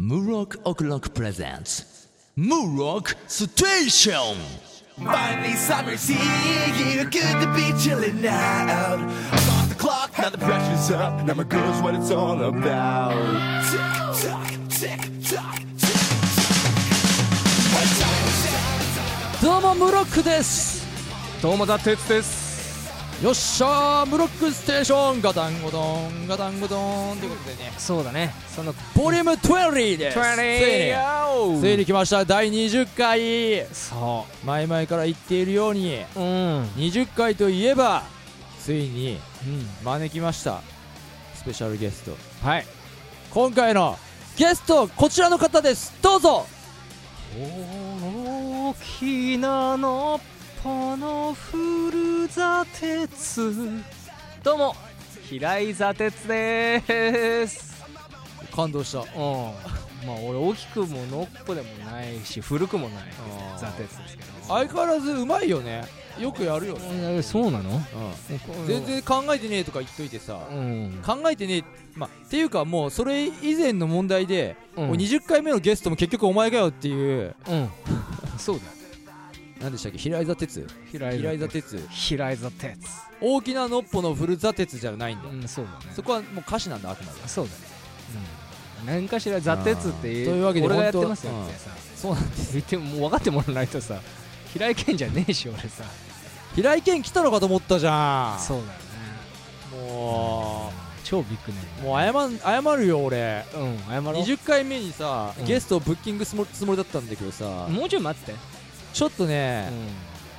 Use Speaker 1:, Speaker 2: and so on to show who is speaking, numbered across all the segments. Speaker 1: Murok O'Clock presents Murok Station!
Speaker 2: Finally, summer's here. Good to be chilling out. I'm off the clock, now the pressure's up. Now my girl's what it's all about. Tick tock, tick tock, tick tock.
Speaker 3: どうもムロックです
Speaker 4: どうもザ・テツです
Speaker 3: よっしゃームロックステーションガタンゴトンガタンゴトンということでね
Speaker 4: そうだねその
Speaker 3: ボリューム20ですついについ
Speaker 4: に
Speaker 3: に来ました第20回
Speaker 4: そ
Speaker 3: 前々から言っているように
Speaker 4: ううんうん
Speaker 3: 20回といえばついに招きましたスペシャルゲスト
Speaker 4: はい
Speaker 3: 今回のゲストこちらの方ですどうぞ
Speaker 4: 大きなのっぽのふるザ・テツどうも平井ザ・テツです
Speaker 3: 感動した
Speaker 4: うんまあ俺大きくものっぽでもないし古くもない
Speaker 3: あー
Speaker 4: ザ・テツですけど
Speaker 3: 相変わらずうまいよねよくやるよね、
Speaker 4: えそうなの
Speaker 3: うん、全然考えてねえとか言っといてさ、
Speaker 4: うん
Speaker 3: 考えてねえ、まあ、っていうかもうそれ以前の問題で、
Speaker 4: うん
Speaker 3: もう20回目のゲストも結局お前かよっていう
Speaker 4: うんそうだよ
Speaker 3: 何でしたっけ平井座哲
Speaker 4: 平
Speaker 3: 平井座哲
Speaker 4: 平井座哲
Speaker 3: 大きなのっぽの古座哲じゃないんだよ、
Speaker 4: うんそうだね
Speaker 3: そこはもう歌詞なんだあくまで
Speaker 4: そうだねうん何かしら「ザ・鉄」っていう
Speaker 3: あーというわけで
Speaker 4: 俺がやって
Speaker 3: 本当
Speaker 4: ますよ
Speaker 3: うん
Speaker 4: みたいなさ
Speaker 3: そうなんです
Speaker 4: 言ってももう分かってもらわないとさ平井堅じゃねえし俺さ
Speaker 3: 平井堅来たのかと思ったじゃん
Speaker 4: そうだよね
Speaker 3: も
Speaker 4: 超ビッグネ
Speaker 3: うもう謝ん謝るよ俺
Speaker 4: ームうん謝ろ
Speaker 3: 20回目にさ、
Speaker 4: うん
Speaker 3: ゲストをブッキングすもつもりだったんだけどさ
Speaker 4: うもうちょい待って
Speaker 3: ちょっとね、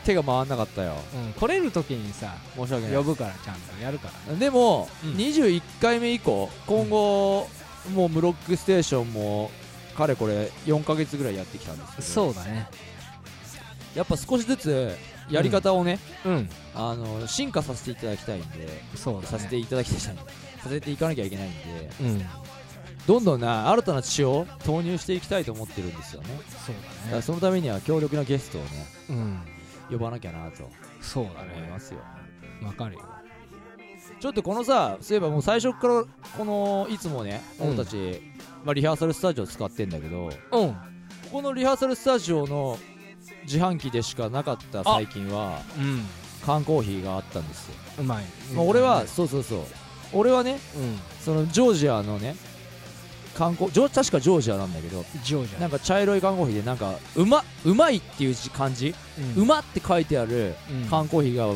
Speaker 3: 手が回んなかったよ
Speaker 4: うんうん来れる時にさ
Speaker 3: 申し訳ない
Speaker 4: 呼ぶからちゃんとやるから
Speaker 3: でも、
Speaker 4: うん
Speaker 3: 21回目以降今後、もう「ムロックステーション」もかれこれ4ヶ月ぐらいやってきたんですけど
Speaker 4: そうだね
Speaker 3: やっぱ少しずつやり方をね、
Speaker 4: うん
Speaker 3: あの進化させていただきたいんで、
Speaker 4: そうだ
Speaker 3: させて
Speaker 4: ね
Speaker 3: いただきたいんでさせていかなきゃいけないんで
Speaker 4: うん
Speaker 3: どんどんな新たな血を投入していきたいと思ってるんですよね
Speaker 4: そう
Speaker 3: だか
Speaker 4: だ
Speaker 3: ら
Speaker 4: ね
Speaker 3: そのためには強力なゲストをね
Speaker 4: うん
Speaker 3: 呼ばなきゃなと
Speaker 4: そうだ
Speaker 3: 思いま
Speaker 4: ね
Speaker 3: すよ
Speaker 4: わかるよ
Speaker 3: ちょっとこのさそういえばもう最初からこのいつもね
Speaker 4: うん
Speaker 3: 俺たち、まあ、リハーサルスタジオ使ってんだけど
Speaker 4: うん
Speaker 3: ここのリハーサルスタジオの自販機でしかなかった最近は
Speaker 4: うん
Speaker 3: 缶コーヒーがあったんですよ、
Speaker 4: うまい
Speaker 3: まあ、俺はそうそうそう俺はね
Speaker 4: うん
Speaker 3: そのジョージアのね缶コジョ確かジョージアなんだけど
Speaker 4: ジョージ
Speaker 3: なんか茶色い缶コーヒーでなんかうまうまいっていう字漢字、うまって書いてある
Speaker 4: うん
Speaker 3: 缶コーヒーが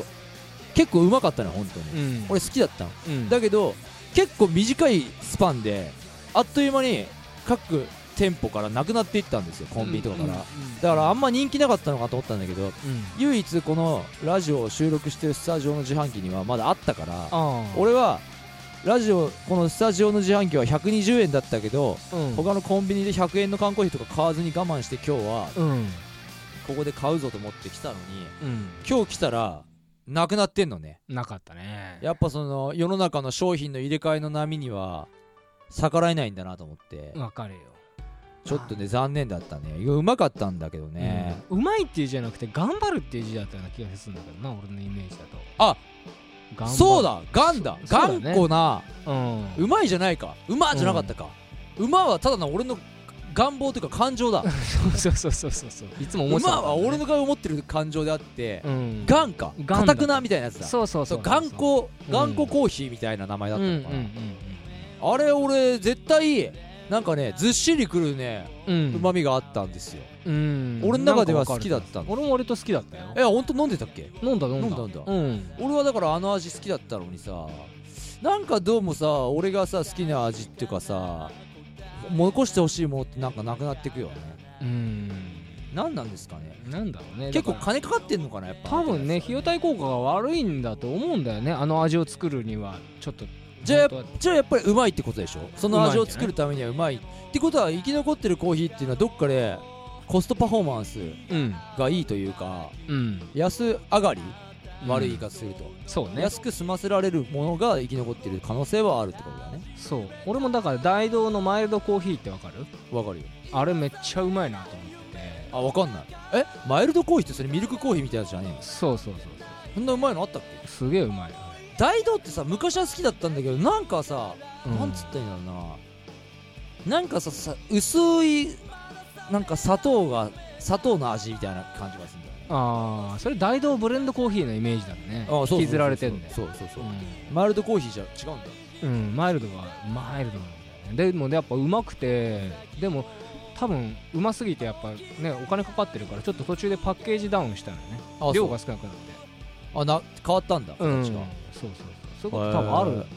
Speaker 3: 結構うまかったの本当に、
Speaker 4: うん
Speaker 3: 俺好きだったの
Speaker 4: うん
Speaker 3: だけど結構短いスパンであっという間に各店舗からなくなっていったんですよコンビニとかから、だからあんま人気なかったのかと思ったんだけど
Speaker 4: うん
Speaker 3: 唯一このラジオを収録してるスタジオの自販機にはまだあったから
Speaker 4: あ
Speaker 3: 俺はラジオこのスタジオの自販機は120円だったけど
Speaker 4: うん
Speaker 3: 他のコンビニで100円の缶コーヒーとか買わずに我慢して今日は
Speaker 4: うん
Speaker 3: ここで買うぞと思って来たのに
Speaker 4: うん
Speaker 3: 今日来たらなくなってんのね
Speaker 4: なかったね
Speaker 3: やっぱその世の中の商品の入れ替えの波には逆らえないんだなと思って
Speaker 4: わかるよ
Speaker 3: ちょっとね残念だったねいやうまかったんだけどね、
Speaker 4: うんうまいっていう字じゃなくて頑張るっていう字だったような気がするんだけどな俺のイメージだと
Speaker 3: あ
Speaker 4: 頑張る
Speaker 3: そうだガンだ
Speaker 4: そそうだ
Speaker 3: 頑
Speaker 4: ね
Speaker 3: 固な
Speaker 4: うん
Speaker 3: うまいじゃないかうまじゃなかったか、うまはただの俺の願望というか感情だ
Speaker 4: そうそうそうそうそういつも
Speaker 3: うま
Speaker 4: 思ってた
Speaker 3: は俺
Speaker 4: の
Speaker 3: の顔を持ってる感情であって、
Speaker 4: うん
Speaker 3: ガンか
Speaker 4: ガンだ
Speaker 3: かたくなみたいなやつだ
Speaker 4: そうそうそ
Speaker 3: そ
Speaker 4: う
Speaker 3: う頑固
Speaker 4: うん
Speaker 3: 頑固コーヒーみたいな名前だ
Speaker 4: う
Speaker 3: っ
Speaker 4: ん
Speaker 3: た
Speaker 4: うんう
Speaker 3: の
Speaker 4: ん
Speaker 3: かな、あれ俺絶対なんかねずっしりくるね
Speaker 4: うん
Speaker 3: うまみがあったんですよ、
Speaker 4: うん
Speaker 3: 俺の中では好きだったの
Speaker 4: なんかわかる俺も割と好きだったよ
Speaker 3: え本当飲んでたっけ
Speaker 4: 飲んだ飲んだ
Speaker 3: 飲んだ飲んだ
Speaker 4: うん
Speaker 3: 俺はだからあの味好きだったのにさなんかどうもさ俺がさ好きな味っていうかさ残してほしいものってなんかなくなってくよね
Speaker 4: うん
Speaker 3: 何なんですかね
Speaker 4: なんだろうね
Speaker 3: 結構
Speaker 4: だから
Speaker 3: 金かかってんのかなやっぱ
Speaker 4: 多分ね費用対効果が悪いんだと思うんだよねあの味を作るにはちょっと
Speaker 3: じゃあ
Speaker 4: 本当は
Speaker 3: じゃあやっぱりうまいってことでしょその味を作るためにはうまいってことは生き残ってるコーヒーっていうのはどっかでコストパフォーマンス
Speaker 4: うん
Speaker 3: がいいというか
Speaker 4: うん
Speaker 3: 安上がり悪い言い方すると、
Speaker 4: そうね
Speaker 3: 安く済ませられるものが生き残ってる可能性はあるってことだね
Speaker 4: そう俺もだから大道のマイルドコーヒーってわかる
Speaker 3: わかるよ
Speaker 4: あれめっちゃうまいなと思ってて
Speaker 3: あわかんないえマイルドコーヒーってそれミルクコーヒーみたいなやつじゃねえの
Speaker 4: そうそうそう
Speaker 3: そんなうまいのあったっ
Speaker 4: そ
Speaker 3: け
Speaker 4: うすげえうまいよ
Speaker 3: 大道ってさ昔は好きだったんだけどなんかさ、
Speaker 4: うん
Speaker 3: なんつったらいいんだろうななんかささ薄いなんか砂糖が砂糖の味みたいな感じがするんだよね
Speaker 4: ああそれ大道ブレンドコーヒーのイメージだね
Speaker 3: ああそうそうそうそう
Speaker 4: 引きずられてんだよ
Speaker 3: そうそうそう、マイルドコーヒーじゃ違うんだ
Speaker 4: うん、うんマイルドはマイルドなんだよねでもねやっぱうまくてでも多分うますぎてやっぱねお金かかってるからちょっと途中でパッケージダウンしたのね
Speaker 3: あ
Speaker 4: 量が少なくなって
Speaker 3: そうあな変わったんだ
Speaker 4: う
Speaker 3: 形
Speaker 4: そう
Speaker 3: が、
Speaker 4: そうそうそういうこと多分あるんだよね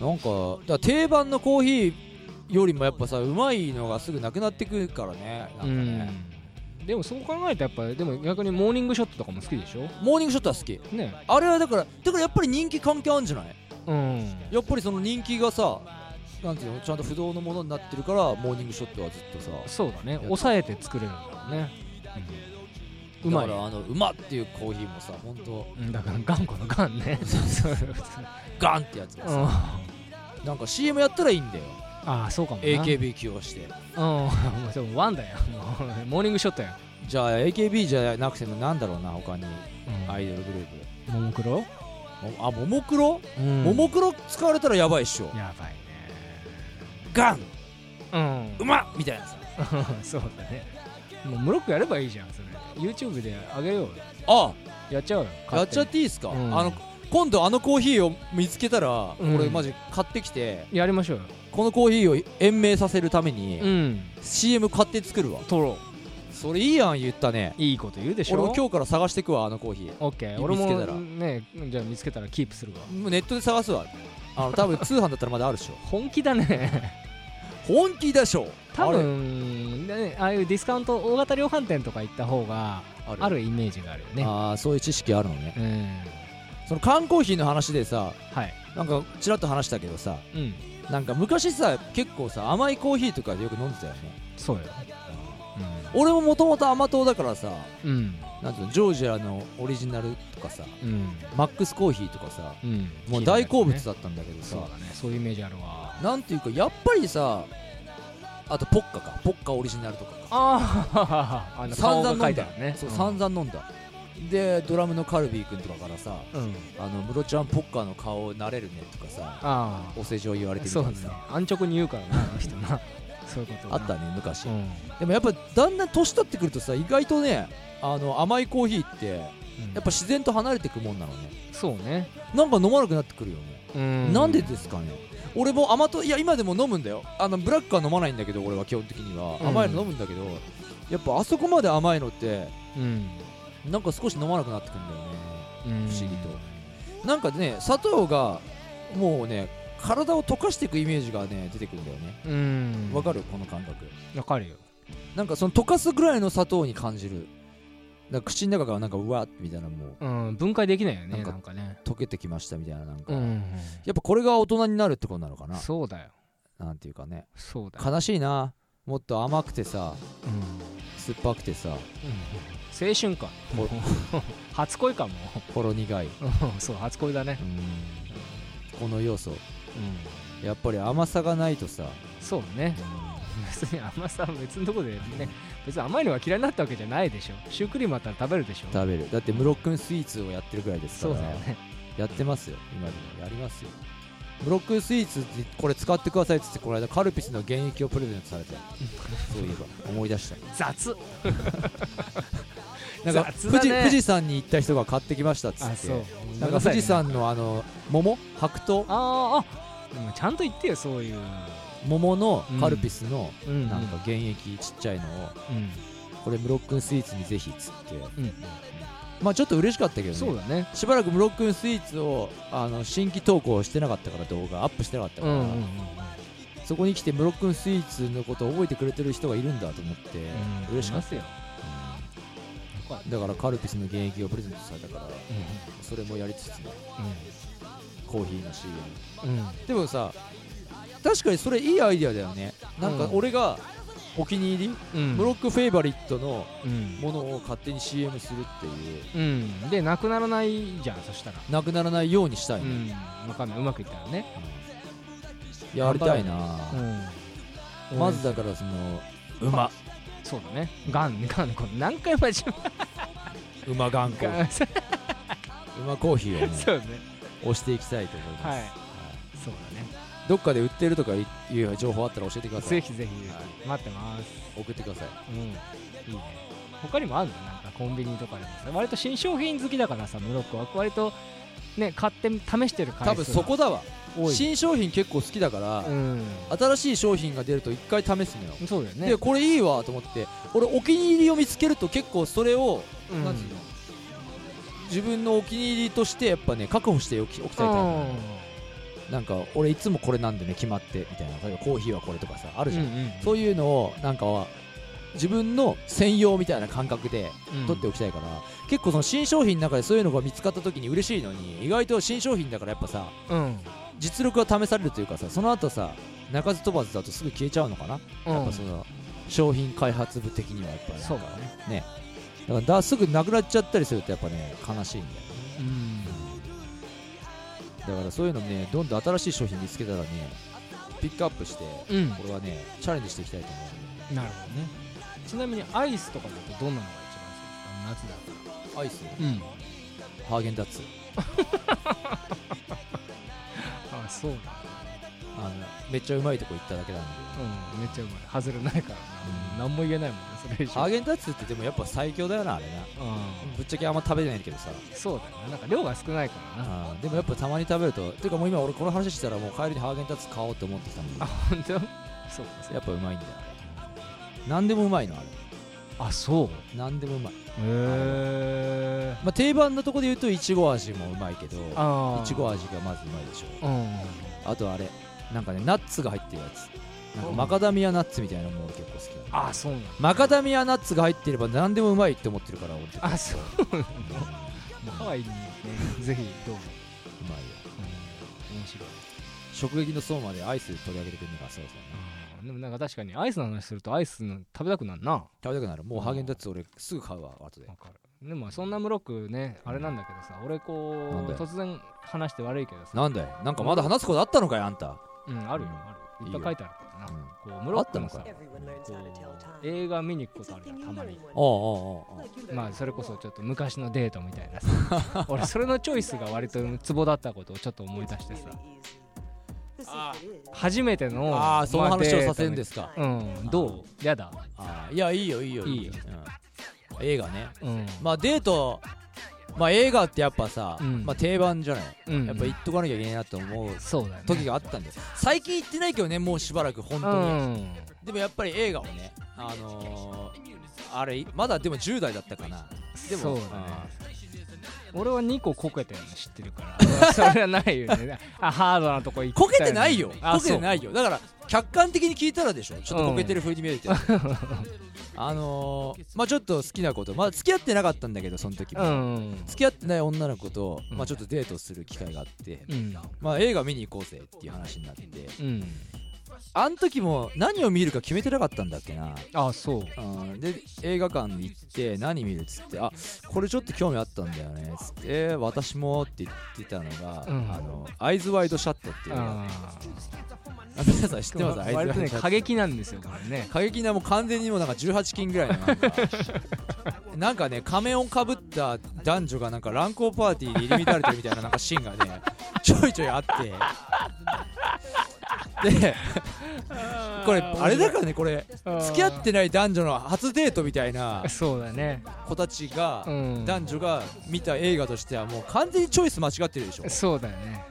Speaker 3: なんかだから定番のコーヒーよりもやっぱさうまいのがすぐなくなってくるからねなんかね、
Speaker 4: うんでもそう考えたらやっぱでも逆にモーニングショットとかも好きでしょ
Speaker 3: モーニングショットは好き
Speaker 4: ね
Speaker 3: あれはだからだからやっぱり人気関係あるんじゃない
Speaker 4: うん
Speaker 3: やっぱりその人気がさなんていうのちゃんと不動のものになってるからモーニングショットはずっとさ
Speaker 4: そうだね抑えて作れるんだろうね、うまい
Speaker 3: だからあのうまっていうコーヒーもさ本当
Speaker 4: うんだから頑固のガンね そうそう
Speaker 3: ガンってやつがさ、
Speaker 4: あ
Speaker 3: なんか CM やったらいいんだよ
Speaker 4: あそうかもな
Speaker 3: AKB 起用して
Speaker 4: うんもうでもワンだよもうモーニングショットや
Speaker 3: じゃあ AKB じゃなくてもなんだろうな他にアイドルグルー
Speaker 4: ももクロ
Speaker 3: プもあももクロ、
Speaker 4: うん
Speaker 3: ももクロ使われたらやばいっしょ
Speaker 4: やばいね
Speaker 3: ガン
Speaker 4: うん
Speaker 3: うまっみたいなさ
Speaker 4: そうだねもうムロックやればいいじゃんそれ YouTube であげようよ
Speaker 3: あ
Speaker 4: やっちゃおうよ
Speaker 3: やっ
Speaker 4: 勝手
Speaker 3: ちゃ
Speaker 4: に
Speaker 3: っていいっすか、
Speaker 4: うん
Speaker 3: あの今度あのコーヒーを見つけたら、
Speaker 4: うん
Speaker 3: 俺マジ買ってきて
Speaker 4: やりましょうよ
Speaker 3: このコーヒーを延命させるために、
Speaker 4: うん
Speaker 3: CM 買って作るわ
Speaker 4: 取ろ
Speaker 3: それいいやん言ったね
Speaker 4: ういいこと言うでしょ
Speaker 3: 俺も今日から探してくわあのコーヒ
Speaker 4: オッケー
Speaker 3: 見
Speaker 4: 俺
Speaker 3: つけたら
Speaker 4: もねじゃあ見つけたらキープするわ
Speaker 3: ーもうネットで探すわあの多分通販だったらまだあるでしょ
Speaker 4: 本気 だね
Speaker 3: 本気でしょ
Speaker 4: 多分ねああいうディスカウント大型量販店とか行った方が
Speaker 3: ある
Speaker 4: あるイメージがあるよね
Speaker 3: ああそういう知識あるのね
Speaker 4: うん
Speaker 3: その缶コーヒーの話でさ
Speaker 4: はい
Speaker 3: なんかちらっと話したけどさ
Speaker 4: うん
Speaker 3: なんか昔さ結構さ甘いコーヒーとかでよく飲んでたよね
Speaker 4: そうよ
Speaker 3: 俺ももともと甘党だからさ
Speaker 4: うんうん
Speaker 3: なんていうのジョージアのオリジナルとかさ
Speaker 4: うん
Speaker 3: マックスコーヒーとかさ
Speaker 4: うん
Speaker 3: もう大好物
Speaker 4: そう
Speaker 3: だったんだけどさ、
Speaker 4: だねそういうイメージあるわ
Speaker 3: なんていうかやっぱりさあとポッカかポッカオリジナルとかか
Speaker 4: あああの
Speaker 3: 散
Speaker 4: 顔
Speaker 3: 々
Speaker 4: が
Speaker 3: 飲ん
Speaker 4: 書
Speaker 3: だ
Speaker 4: いてあるね
Speaker 3: そう
Speaker 4: うん
Speaker 3: 散々飲んだ、でドラムのカルビー君とかからさ
Speaker 4: うん
Speaker 3: 「あのムロちゃんポッカの顔慣れるね」とかさ
Speaker 4: あ
Speaker 3: お世辞を言われ
Speaker 4: あ
Speaker 3: てみ
Speaker 4: そ
Speaker 3: た
Speaker 4: うだ
Speaker 3: り
Speaker 4: ね
Speaker 3: さ、
Speaker 4: 安直に言うからなあの人な そういうこと
Speaker 3: あ
Speaker 4: な
Speaker 3: ったね昔、
Speaker 4: うん
Speaker 3: でもやっぱだんだん年取ってくるとさ意外とねあの甘いコーヒーって
Speaker 4: うん
Speaker 3: やっぱ自然と離れてくもんなのね
Speaker 4: そうね
Speaker 3: なんか飲まなくなってくるよね、
Speaker 4: うん
Speaker 3: なんでですかね俺も甘といや今でも飲むんだよあのブラックは飲まないんだけど俺は基本的には
Speaker 4: うん
Speaker 3: 甘いの飲むんだけど、やっぱあそこまで甘いのって
Speaker 4: うん
Speaker 3: なんか少し飲まなくなってくるんだよね
Speaker 4: 不
Speaker 3: 不思議となんかね砂糖がもうね体を溶かしていくイメージがね出てくるんだよね
Speaker 4: うん
Speaker 3: わかるこの感覚
Speaker 4: わかるよ
Speaker 3: なんかその溶かすぐらいの砂糖に感じるなんか口の中がなんかうわっみたいなもう
Speaker 4: うん分解できないよ
Speaker 3: なん
Speaker 4: ね
Speaker 3: か
Speaker 4: なんかね
Speaker 3: 溶けてきましたみたいななんか、
Speaker 4: う
Speaker 3: や
Speaker 4: ん
Speaker 3: っぱこれが大人になるってことなのかな
Speaker 4: そうだよ
Speaker 3: なんていうかね
Speaker 4: そうだよ
Speaker 3: 悲しいなもっと甘くてさ
Speaker 4: うん
Speaker 3: 酸っぱくてさ
Speaker 4: 青春か
Speaker 3: ほ
Speaker 4: 初恋かも
Speaker 3: ほろ苦い
Speaker 4: うんそう初恋だね
Speaker 3: うんこの要素
Speaker 4: うん
Speaker 3: やっぱり甘さがないとさ
Speaker 4: そうね別に甘さは別のとこでね別に甘いのが嫌いになったわけじゃないでしょシュークリームあったら食べるでしょ
Speaker 3: 食べるだってムロックンスイーツをやってるぐらいですか
Speaker 4: そう
Speaker 3: ら
Speaker 4: だよね
Speaker 3: やってますよ今でもやりますよブロックスイーツってこれ使ってくださいっつってこの間カルピスの原液をプレゼントされてそういえば思い出した
Speaker 4: 雑
Speaker 3: なんか
Speaker 4: 雑だ
Speaker 3: 富士
Speaker 4: ね
Speaker 3: 富士山に行った人が買ってきましたっつ
Speaker 4: あ
Speaker 3: っ
Speaker 4: そう
Speaker 3: てなんか富士山のあの桃白桃
Speaker 4: あーあでもちゃんと言ってよそういう
Speaker 3: 桃のカルピスの
Speaker 4: うん
Speaker 3: なんか原液ちっちゃいのを
Speaker 4: うん
Speaker 3: これムロックンスイーツにぜひっつって
Speaker 4: うん
Speaker 3: まあちょっと嬉しかったけど
Speaker 4: そう
Speaker 3: ね
Speaker 4: だね
Speaker 3: しばらくムロックンスイーツをあの新規投稿してなかったから動画アップしてなかった
Speaker 4: う
Speaker 3: か
Speaker 4: ん
Speaker 3: ら、
Speaker 4: うんうん
Speaker 3: そこに来てムロックンスイーツのことを覚えてくれてる人がいるんだと思って、
Speaker 4: うん
Speaker 3: 嬉しかっ
Speaker 4: すよ
Speaker 3: た、だからカルピスの原液をプレゼントされたから
Speaker 4: うん
Speaker 3: それもやりつつねコーヒーの CM
Speaker 4: うんうん
Speaker 3: でもさ確かにそれいいアイデアだよねなんか
Speaker 4: うん
Speaker 3: 俺がお気に入り、
Speaker 4: うん
Speaker 3: ムロックフェイバリットの
Speaker 4: うん
Speaker 3: ものを勝手に CM するっていう
Speaker 4: うんでなくならないじゃんそしたら
Speaker 3: なくならないようにしたい、ね
Speaker 4: んわかんないうまくいったらね
Speaker 3: やりたいな、
Speaker 4: うん
Speaker 3: まずだからその馬
Speaker 4: そうだねガンガンこれ何回間違
Speaker 3: 馬頑
Speaker 4: え
Speaker 3: 固
Speaker 4: か そ
Speaker 3: 馬コーヒーをね
Speaker 4: うね
Speaker 3: 押していきたいと思います、
Speaker 4: はい
Speaker 3: は
Speaker 4: そうだね
Speaker 3: どっかで売ってるとかいう情報あったら教えてくださ
Speaker 4: ぜ
Speaker 3: い
Speaker 4: ひぜひ待ってます
Speaker 3: 送ってください
Speaker 4: うんいいね他にもあるのなんかコンビニとかでもさ割と新商品好きだからさムロックは割とね買って試してる回数が
Speaker 3: 多分そこだわ
Speaker 4: 多い
Speaker 3: 新商品結構好きだから、
Speaker 4: うん
Speaker 3: 新しい商品が出ると一回試すのよ、
Speaker 4: そうだよね
Speaker 3: でこれいいわと思って俺お気に入りを見つけると結構それを、
Speaker 4: うん
Speaker 3: なんつうの自分のお気に入りとしてやっぱね確保しておきおきたいタイプなのよなんか俺いつもこれなんでね決まってみたいな例えばコーヒーはこれとかさあるじゃん、そういうのをなんかは自分の専用みたいな感覚で取っておきたいから、結構その新商品の中でそういうのが見つかった時に嬉しいのに意外と新商品だからやっぱさ
Speaker 4: うん
Speaker 3: 実力が試されるというかさその後さ鳴かず飛ばずだとすぐ消えちゃうのかな、やっぱその商品開発部的にはやっぱり
Speaker 4: そうだね
Speaker 3: だからだすぐなくなっちゃったりするとやっぱね悲しいんだよね
Speaker 4: うん
Speaker 3: だからそういうのねどんどん新しい商品見つけたらねピックアップして
Speaker 4: うん
Speaker 3: これはねチャレンジしていきたいと思
Speaker 4: なるほどねちなみにアイスとかだとどんなのが一番好
Speaker 3: う
Speaker 4: きですか夏だっ
Speaker 3: アイス
Speaker 4: たらうん
Speaker 3: ハーゲンダッツ
Speaker 4: あそうだ
Speaker 3: あのめっちゃうまいとこ行っただけなんで
Speaker 4: うんめっちゃうまい外れないからな何も言えないもんねそれ以上
Speaker 3: ハーゲンダッツってでもやっぱ最強だよなあれな
Speaker 4: うん
Speaker 3: ぶっちゃけあんま食べてないけどさ
Speaker 4: そうだよねなんか量が少ないからな
Speaker 3: あーでもやっぱたまに食べるとていうかもう今俺この話したらもう帰りにハーゲンダッツ買おうって思ってきたんだ
Speaker 4: あ
Speaker 3: け
Speaker 4: 本当そうか
Speaker 3: どやっぱうまいんだよ何でもうまいのあれ
Speaker 4: あそう
Speaker 3: 何でもうまい、
Speaker 4: へえ
Speaker 3: まあ、定番のとこで言うといちご味もうまいけどい
Speaker 4: あ
Speaker 3: ちご味がまずうまいでしょ
Speaker 4: うん
Speaker 3: あとあれなんかねナッツが入ってるやつなんかマカダミアナッツみたいなのも俺結構好きだ
Speaker 4: あそうなんだ
Speaker 3: マカダミアナッツが入ってれば何でもうまいって思ってるから俺
Speaker 4: あそう
Speaker 3: うん
Speaker 4: ハワイに ねぜひどうぞ
Speaker 3: うまいよ
Speaker 4: うん面白い
Speaker 3: 食撃の層までアイス取り上げてくんのがそうそう
Speaker 4: うんでもなんか確かにアイスの話するとアイスの食べたくなるな
Speaker 3: 食べたくなるもうハーゲンダッツ俺すぐ買うわ後で
Speaker 4: わかるでもそんなムロックねあれなんだけどさ俺
Speaker 3: なん
Speaker 4: こう
Speaker 3: だよ
Speaker 4: 突然話して悪いけどさ
Speaker 3: なんだよなんかまだ話すことあったのかよあんた、
Speaker 4: うんあるよあるいっぱい書いてあるからなこうムロックのさ
Speaker 3: あっ
Speaker 4: こう映画見に行くことあるじゃんたまに
Speaker 3: おうおうおうおう
Speaker 4: まあそれこそちょっと昔のデートみたい なさ俺それのチョイスが割とツボだったことをちょっと思い出してさ初めての
Speaker 3: ああその
Speaker 4: ま
Speaker 3: 話を
Speaker 4: デート
Speaker 3: させるんですか
Speaker 4: うんどうやだ
Speaker 3: あーいやいいよいいよ
Speaker 4: いいよ
Speaker 3: うん映画ね
Speaker 4: うん
Speaker 3: まあデートまあ映画ってやっぱさ、
Speaker 4: うん
Speaker 3: まあ、定番じゃない、
Speaker 4: うん
Speaker 3: やっぱ行っとかなきゃいけないなと思う
Speaker 4: そうだね
Speaker 3: 時があったんです最近行ってないけどねもうしばらく本
Speaker 4: う
Speaker 3: 当に、
Speaker 4: ん
Speaker 3: でもやっぱり映画をねあのー、あれまだでも10代だったかなでも
Speaker 4: そうだね
Speaker 3: あ
Speaker 4: 俺は2個こけてるの知ってるから それはないよねあハードなとこ行った
Speaker 3: こけてないよ
Speaker 4: あ
Speaker 3: こけてないよだから客観的に聞いたらでしょちょっとこけてる風に見 えるけど、あのー、まあちょっと好きなことまあ付き合ってなかったんだけどその時
Speaker 4: そう
Speaker 3: も、
Speaker 4: うん
Speaker 3: 付き合ってない女の子と、
Speaker 4: うん
Speaker 3: まあ、ちょっとデートする機会があって、
Speaker 4: うん
Speaker 3: まあ、映画見に行こうぜっていう話になって
Speaker 4: うん
Speaker 3: あの時も何を見るか決めてなかったんだっけな
Speaker 4: あそう
Speaker 3: うんで映画館行って何見るっつってあこれちょっと興味あったんだよねっつってえー私もって言ってたのが、
Speaker 4: うん
Speaker 3: あのアイズワイドシャットっていう映画
Speaker 4: あ
Speaker 3: あ 皆さん知ってますアイズワイ
Speaker 4: 割
Speaker 3: ドシ
Speaker 4: と
Speaker 3: ャ
Speaker 4: ね
Speaker 3: ット
Speaker 4: 過激なんですよこれね
Speaker 3: 過激なもう完全にもうなんか18金ぐらいのなん かなんかね仮面をかぶった男女がなんか乱交パーティーに入り乱れてるみたいななんかシーンがねちょいちょいあってでこれあれだからねこれ付き合ってない男女の初デートみたいな
Speaker 4: そうだね
Speaker 3: 子たちが、
Speaker 4: うん
Speaker 3: 男女が見た映画としてはもう完全にチョイス間違ってるでしょ
Speaker 4: そうだよね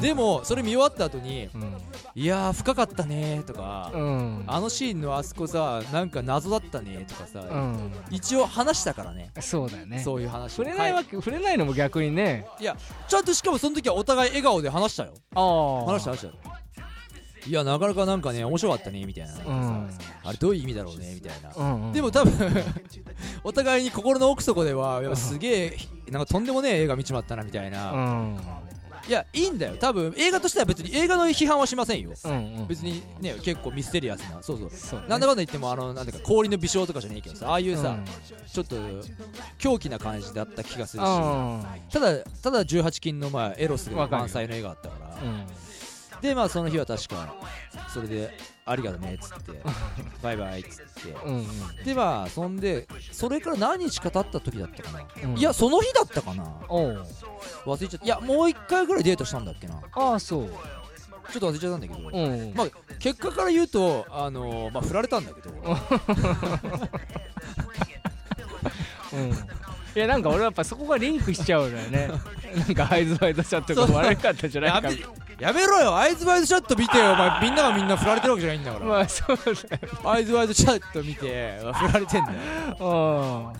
Speaker 3: でもそれ見終わった後に
Speaker 4: うん
Speaker 3: 「いやー深かったね」とか、
Speaker 4: うん
Speaker 3: あのシーンのあそこさなんか謎だったねとかさ、
Speaker 4: うん
Speaker 3: 一応話したからね
Speaker 4: そうだよね
Speaker 3: そういう話
Speaker 4: 触れないわ
Speaker 3: け
Speaker 4: け触れないのも逆にね
Speaker 3: いやちゃんとしかもその時はお互い笑顔で話したよ
Speaker 4: ああ
Speaker 3: 話した話したいやなかなかなんかね面白かったねみたいな、
Speaker 4: うん
Speaker 3: あれどういう意味だろうねみたいな、
Speaker 4: うんうん
Speaker 3: でも多分 お互いに心の奥底ではいやすげえなんかとんでもねえ映画見ちまったなみたいな、
Speaker 4: うん
Speaker 3: いやいいんだよ多分映画としては別に映画の批判はしませんよ、
Speaker 4: うんうん
Speaker 3: 別にね結構ミステリアスなそうそう
Speaker 4: そうだね
Speaker 3: なんだかんだ言ってもあのなんだか氷の微笑とかじゃねえけどさああいうさ、
Speaker 4: うん
Speaker 3: ちょっと狂気な感じだった気がするし
Speaker 4: あ
Speaker 3: ただただ18金の前エロスが
Speaker 4: わかるよ
Speaker 3: 満載の絵があったから
Speaker 4: あうん
Speaker 3: でまあその日は確かそれで「ありがとね」っつって 「バイバイ」っつって
Speaker 4: うんうん
Speaker 3: でまあそんでそれから何日か経った時だったかな、
Speaker 4: うん
Speaker 3: いやその日だったかな
Speaker 4: おう
Speaker 3: 忘れちゃったいやもう一回ぐらいデートしたんだっけな
Speaker 4: ああそう
Speaker 3: ちょっと忘れちゃったんだけど、
Speaker 4: うん
Speaker 3: まあ、結果から言うと、あのーまあ、振られたんだけど、
Speaker 4: うんいやなんか俺はやっぱそこがリンクしちゃうのよ ねなんかアイズワイドシャットが悪かったんじゃ ない
Speaker 3: や
Speaker 4: か
Speaker 3: めやめろよ、アイズワイドシャット見てよ、お前、みんながみんな振られてるわけじゃないんだから、
Speaker 4: まあそうだ
Speaker 3: アイズワイドシャット見て、振られてんだよ。
Speaker 4: よ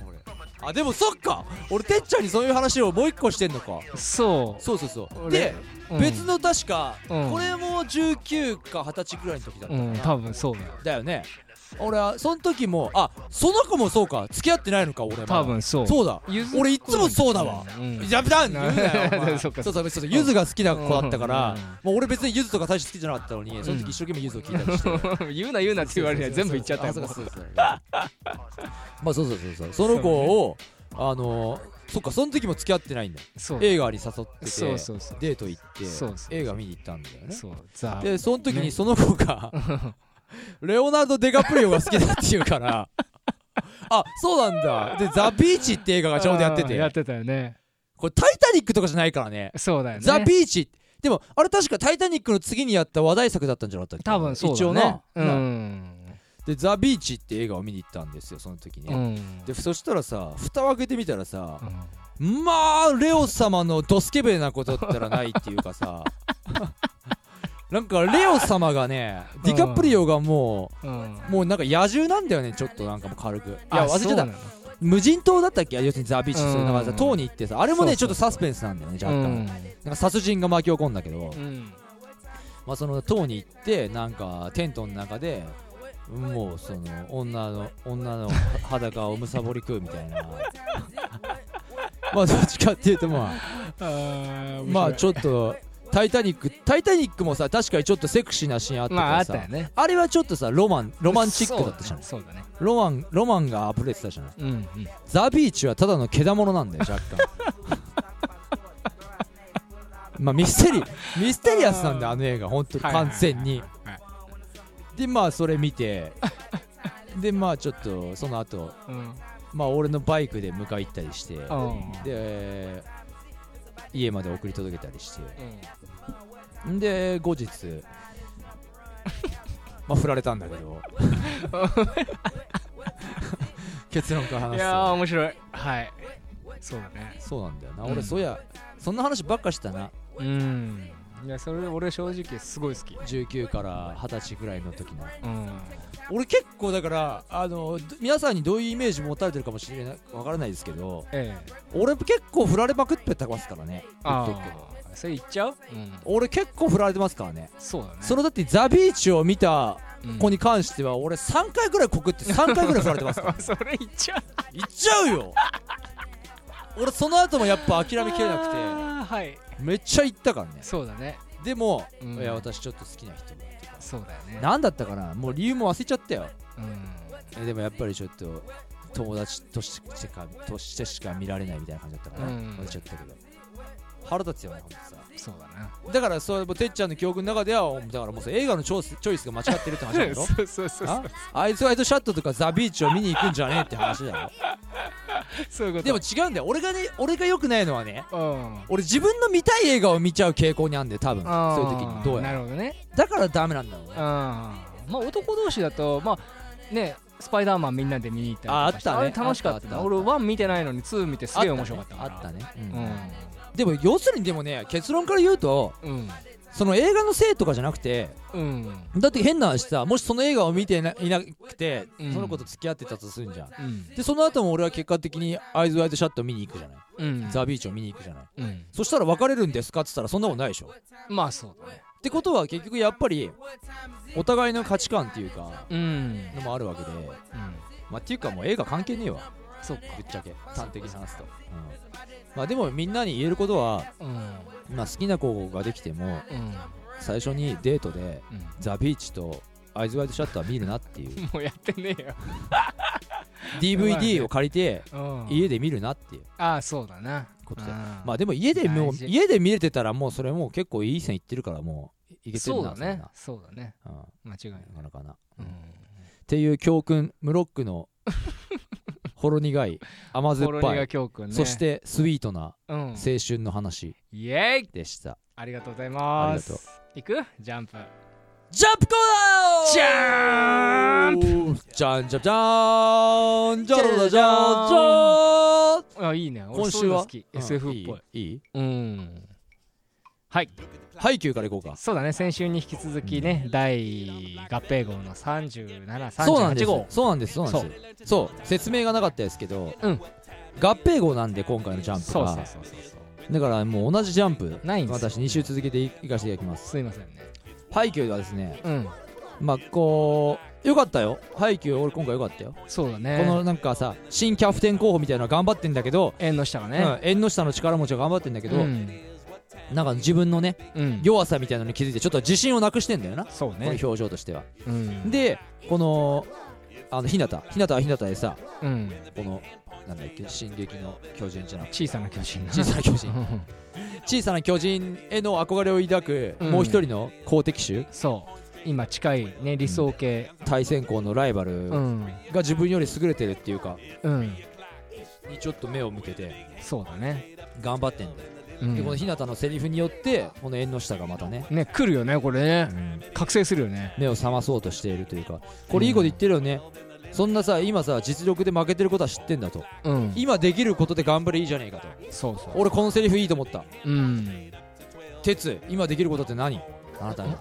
Speaker 3: あでもそっか俺てっちゃんにそういう話をもう一個してんのか
Speaker 4: うんそう
Speaker 3: そうそうそう
Speaker 4: 俺
Speaker 3: で、
Speaker 4: うん
Speaker 3: 別の確か、
Speaker 4: うん
Speaker 3: これも19か20歳ぐらいの時だった、
Speaker 4: うん多分そうだよ
Speaker 3: だよね俺はその時もあその子もそうか付き合ってないのか俺も
Speaker 4: 多分そう
Speaker 3: そうだ
Speaker 4: ゆず
Speaker 3: 俺いつもそうだわ、
Speaker 4: うん
Speaker 3: やめたんだよお前
Speaker 4: そ
Speaker 3: そ
Speaker 4: っ
Speaker 3: う
Speaker 4: か
Speaker 3: そうそうそうゆずが好きな子だったから、
Speaker 4: うん
Speaker 3: もう俺別にゆずとか最初好きじゃなかったのにその時一生懸命ゆずを聞いたりして、
Speaker 4: 言うな言うなって言われて全部言っちゃった よ
Speaker 3: あそうかそうかそうかまあそうそうそうそうその子をあのーそっかその時も付き合ってないんだ
Speaker 4: そう
Speaker 3: 映画に誘ってて
Speaker 4: そうそうそう
Speaker 3: デート行
Speaker 4: そうそう
Speaker 3: っ
Speaker 4: そう
Speaker 3: て映画見に行ったんだよね
Speaker 4: そうザ
Speaker 3: でその時にその子が レオナルド・デカプリオが好きだっていうからあそうなんだで「ザ・ビーチ」って映画がちょうどやって
Speaker 4: う
Speaker 3: て
Speaker 4: んやってたよね
Speaker 3: これ「タイタニック」とかじゃないからね
Speaker 4: そうだよね
Speaker 3: ザ・ビーチ」でもあれ確か「タイタニック」の次にやった話題作だったんじゃなかったっけ
Speaker 4: 多分そうだね
Speaker 3: 一応な、
Speaker 4: う
Speaker 3: なんで「ザ・ビーチ」って映画を見に行ったんですよその時に、
Speaker 4: うん
Speaker 3: でそしたらさ蓋を開けてみたらさ
Speaker 4: う、ん
Speaker 3: まあレオ様のドスケベなことったらないっていうか さなんかレオ様がねディカプリオがも
Speaker 4: うん
Speaker 3: うもうなんか野獣なんだよねちょっとなんかもう軽くいや
Speaker 4: あ
Speaker 3: 忘
Speaker 4: そ
Speaker 3: れ
Speaker 4: う
Speaker 3: て
Speaker 4: な
Speaker 3: た
Speaker 4: の
Speaker 3: 無人島だったっけ要するにザ・ビーチ
Speaker 4: うん
Speaker 3: そういうなんかさ島に行ってさあれもね
Speaker 4: そうそう
Speaker 3: ちょっとサスペンスなんだよね若
Speaker 4: う
Speaker 3: 干、
Speaker 4: ん
Speaker 3: なんか殺人が巻き起こるんだけど、
Speaker 4: うん
Speaker 3: まあ、その塔に行ってなんかテントの中でもうその女の女の裸をむさぼり食うみたい なまあどっちかっていうとまあまあちょっと「タイタニック」「タイタニック」もさ確かにちょっとセクシーなシーンあったか
Speaker 4: まああ
Speaker 3: ら
Speaker 4: っ
Speaker 3: さ、
Speaker 4: たよね
Speaker 3: あれはちょっとさロマンロマンチックだったじゃん、
Speaker 4: そうだね
Speaker 3: ロマンロマンが溢れてたじゃん
Speaker 4: そうだね
Speaker 3: ザ・ビーチはただのけだものなんだよ若干 まあミステリミステリアスなんだよあの映画本当に
Speaker 4: はいはいはい
Speaker 3: 完全に
Speaker 4: はい
Speaker 3: でまあそれ見てでまあちょっとその後
Speaker 4: うんうん
Speaker 3: まあ俺のバイクで迎え行ったりして
Speaker 4: うん
Speaker 3: で家まで送り届けたりして
Speaker 4: うん
Speaker 3: んで後 日まあ振られたんだけ ど結論から話すと
Speaker 4: いやー面白いはいそうだね
Speaker 3: そうなんだよな、
Speaker 4: うん
Speaker 3: 俺そういやそんな話ばっかしてたな
Speaker 4: うんいやそれ俺正直すごい好き
Speaker 3: 19から20歳ぐらいの時の
Speaker 4: うん
Speaker 3: 俺結構だからあのど皆さんにどういうイメージ持たれてるかもしれないわからないですけど
Speaker 4: ええ
Speaker 3: 俺結構振られまくってたますからね言
Speaker 4: あ
Speaker 3: っとくけど
Speaker 4: あそれ言っちゃううん
Speaker 3: 俺結構振られてますからね
Speaker 4: そうだね
Speaker 3: そのだってザ・ビーチを見た
Speaker 4: うん
Speaker 3: 子に関しては俺3回ぐらい告って3回ぐらい振られてますから
Speaker 4: それ言っちゃう
Speaker 3: 行っちゃうよ俺その後もやっぱ諦めきれなく
Speaker 4: あーはい
Speaker 3: てめっちゃ行ったからね
Speaker 4: そうだね
Speaker 3: でも、
Speaker 4: うん
Speaker 3: いや私ちょっと好きな人がとか
Speaker 4: そうだよね
Speaker 3: 何だったかなもう理由も忘れちゃったよ
Speaker 4: うん
Speaker 3: えでもやっぱりちょっと友達としてかとしてしか見られないみたいな感じだったから、
Speaker 4: うん
Speaker 3: 忘れちゃったけど腹立つよねほんとさ
Speaker 4: そうだな
Speaker 3: だからそれもてっちゃんの記憶の中ではだからもうそれ映画のチョイスチョイスが間違ってるって話 だろ
Speaker 4: そうそうそう
Speaker 3: あアイズワイドシャットとかザ・ビーチを見に行くんじゃねえって話だよ
Speaker 4: そういうこと
Speaker 3: でも違うんだよ俺がね俺が良くないのはね
Speaker 4: うん
Speaker 3: 俺自分の見たい映画を見ちゃう傾向にあんだよ多分
Speaker 4: あー
Speaker 3: そういう時にどうや
Speaker 4: な
Speaker 3: ら
Speaker 4: るほどね
Speaker 3: だからダメなんだろう
Speaker 4: うん
Speaker 3: ね
Speaker 4: まあ男同士だとまあねスパイダーマンみんなで見に行ったりとか
Speaker 3: ああったね
Speaker 4: してれ楽しかった
Speaker 3: あったあ
Speaker 4: な
Speaker 3: った
Speaker 4: 俺1見てないのに2見てすげえ面白かったから
Speaker 3: あったねあったねうん
Speaker 4: ね
Speaker 3: でも要するにでもね結論から言うと
Speaker 4: うん
Speaker 3: その映画のせいとかじゃなくて
Speaker 4: うん
Speaker 3: だって変な話さもしその映画を見ていないなくて、
Speaker 4: うん
Speaker 3: その子と付き合ってたとするんじゃん
Speaker 4: うん
Speaker 3: でその後も俺は結果的にアイズワイドシャット見に行くじゃない、
Speaker 4: うん
Speaker 3: ザ・ビーチを見に行くじゃない
Speaker 4: うん
Speaker 3: そしたら別れるんですかって言ったらそんなことないでしょっ
Speaker 4: まあそうだね
Speaker 3: てことは結局やっぱりお互いの価値観っていうか
Speaker 4: うんうん
Speaker 3: のもあるわけでまあっていうかもう映画関係ねえわ
Speaker 4: そっか
Speaker 3: ぶっちゃけ端的に話すと、うんまあでもみんなに言えることは、
Speaker 4: うん
Speaker 3: まあ、好きな子ができても
Speaker 4: うん
Speaker 3: 最初にデートで
Speaker 4: うん
Speaker 3: ザ・ビーチとアイズワイドシャットは見るなっていう
Speaker 4: もうやってねえよ
Speaker 3: DVD を借りて
Speaker 4: うん
Speaker 3: 家で見るなっていう
Speaker 4: ああそうだな
Speaker 3: ことで
Speaker 4: あー
Speaker 3: まあでも家でもう
Speaker 4: 大事
Speaker 3: 家で見れてたらもうそれもう結構いい線いってるからもういけて
Speaker 4: そ
Speaker 3: る
Speaker 4: う
Speaker 3: な
Speaker 4: だね
Speaker 3: ん
Speaker 4: そうだね
Speaker 3: な
Speaker 4: 間違いな
Speaker 3: う
Speaker 4: い
Speaker 3: んなかなかな、
Speaker 4: う
Speaker 3: っ
Speaker 4: ん
Speaker 3: ていう教訓ムロック のほろ苦い甘酸
Speaker 4: ほ
Speaker 3: っ
Speaker 4: ろ
Speaker 3: ぱい、
Speaker 4: 苦教訓ね
Speaker 3: そしてスイートな
Speaker 4: うん
Speaker 3: 青春の話
Speaker 4: イエイ
Speaker 3: でした、
Speaker 4: ありがとうござい
Speaker 3: あ
Speaker 4: ま
Speaker 3: りが
Speaker 4: す
Speaker 3: とう
Speaker 4: いくジャンプ
Speaker 3: ジャンプコーナー
Speaker 4: ジャン
Speaker 3: ンプじゃんじゃじゃーんじゃらじゃじゃーんじゃーん
Speaker 4: あいいね俺
Speaker 3: 今
Speaker 4: そうい
Speaker 3: 週
Speaker 4: うの
Speaker 3: は
Speaker 4: 好き
Speaker 3: うん
Speaker 4: SF っぽい
Speaker 3: いいい
Speaker 4: うんはい
Speaker 3: ハイキューからいこうか
Speaker 4: そうだね先週に引き続きね第合併号の
Speaker 3: そうなんで
Speaker 4: 3738
Speaker 3: す
Speaker 4: 号
Speaker 3: そうなんですそうなんですそう説明がなかったですけど
Speaker 4: うん
Speaker 3: 合併号なんで今回のジャンプ
Speaker 4: そうそうそう
Speaker 3: が
Speaker 4: そうそう
Speaker 3: だからもう同じジャンプ
Speaker 4: ないんですよ
Speaker 3: 私2週続けていいかせていただきます
Speaker 4: すいませんね
Speaker 3: ハイキューはですね
Speaker 4: うん
Speaker 3: まあこうよかったよハイキュー俺今回よかったよ
Speaker 4: そうだ
Speaker 3: この
Speaker 4: ね
Speaker 3: なんかさ新キャプテン候補みたいなのは頑張ってんだけど
Speaker 4: 円の下が
Speaker 3: うん
Speaker 4: ね
Speaker 3: 縁の下の力持ちは頑張ってんだけ
Speaker 4: け
Speaker 3: ど、
Speaker 4: うん
Speaker 3: なんか自分のね
Speaker 4: うん
Speaker 3: 弱さみたいなのに気づいてちょっと自信をなくしてんだよな、
Speaker 4: そう
Speaker 3: この
Speaker 4: ね
Speaker 3: 表情としては
Speaker 4: うん
Speaker 3: でこのあの日向日向は日向でさ
Speaker 4: うん
Speaker 3: このなんだっけ進撃の巨人じゃなくて
Speaker 4: 小さな巨人
Speaker 3: 小さな巨
Speaker 4: う
Speaker 3: 人
Speaker 4: ん
Speaker 3: 小さな巨人への憧れを抱く、
Speaker 4: うん
Speaker 3: もう一人の好敵手
Speaker 4: そう今近いね理想系
Speaker 3: 対戦校のライバル
Speaker 4: う
Speaker 3: が
Speaker 4: ん
Speaker 3: 自分より優れてるっていうか
Speaker 4: うん
Speaker 3: にちょっと目を向けて
Speaker 4: そうだね
Speaker 3: 頑張ってんだよ、
Speaker 4: うん
Speaker 3: でこの日向のセリフによってこの縁の下がまたね、
Speaker 4: ね来るよねこれね覚醒するよね
Speaker 3: 目を覚まそうとしているというかこれいいこと言ってるよね、そんなさ今さ実力で負けてることは知ってんだと
Speaker 4: うん
Speaker 3: 今できることで頑張れいいじゃねえかと
Speaker 4: そうそう
Speaker 3: 俺このセリフいいと思った
Speaker 4: うん
Speaker 3: 鉄今できることって何あなたには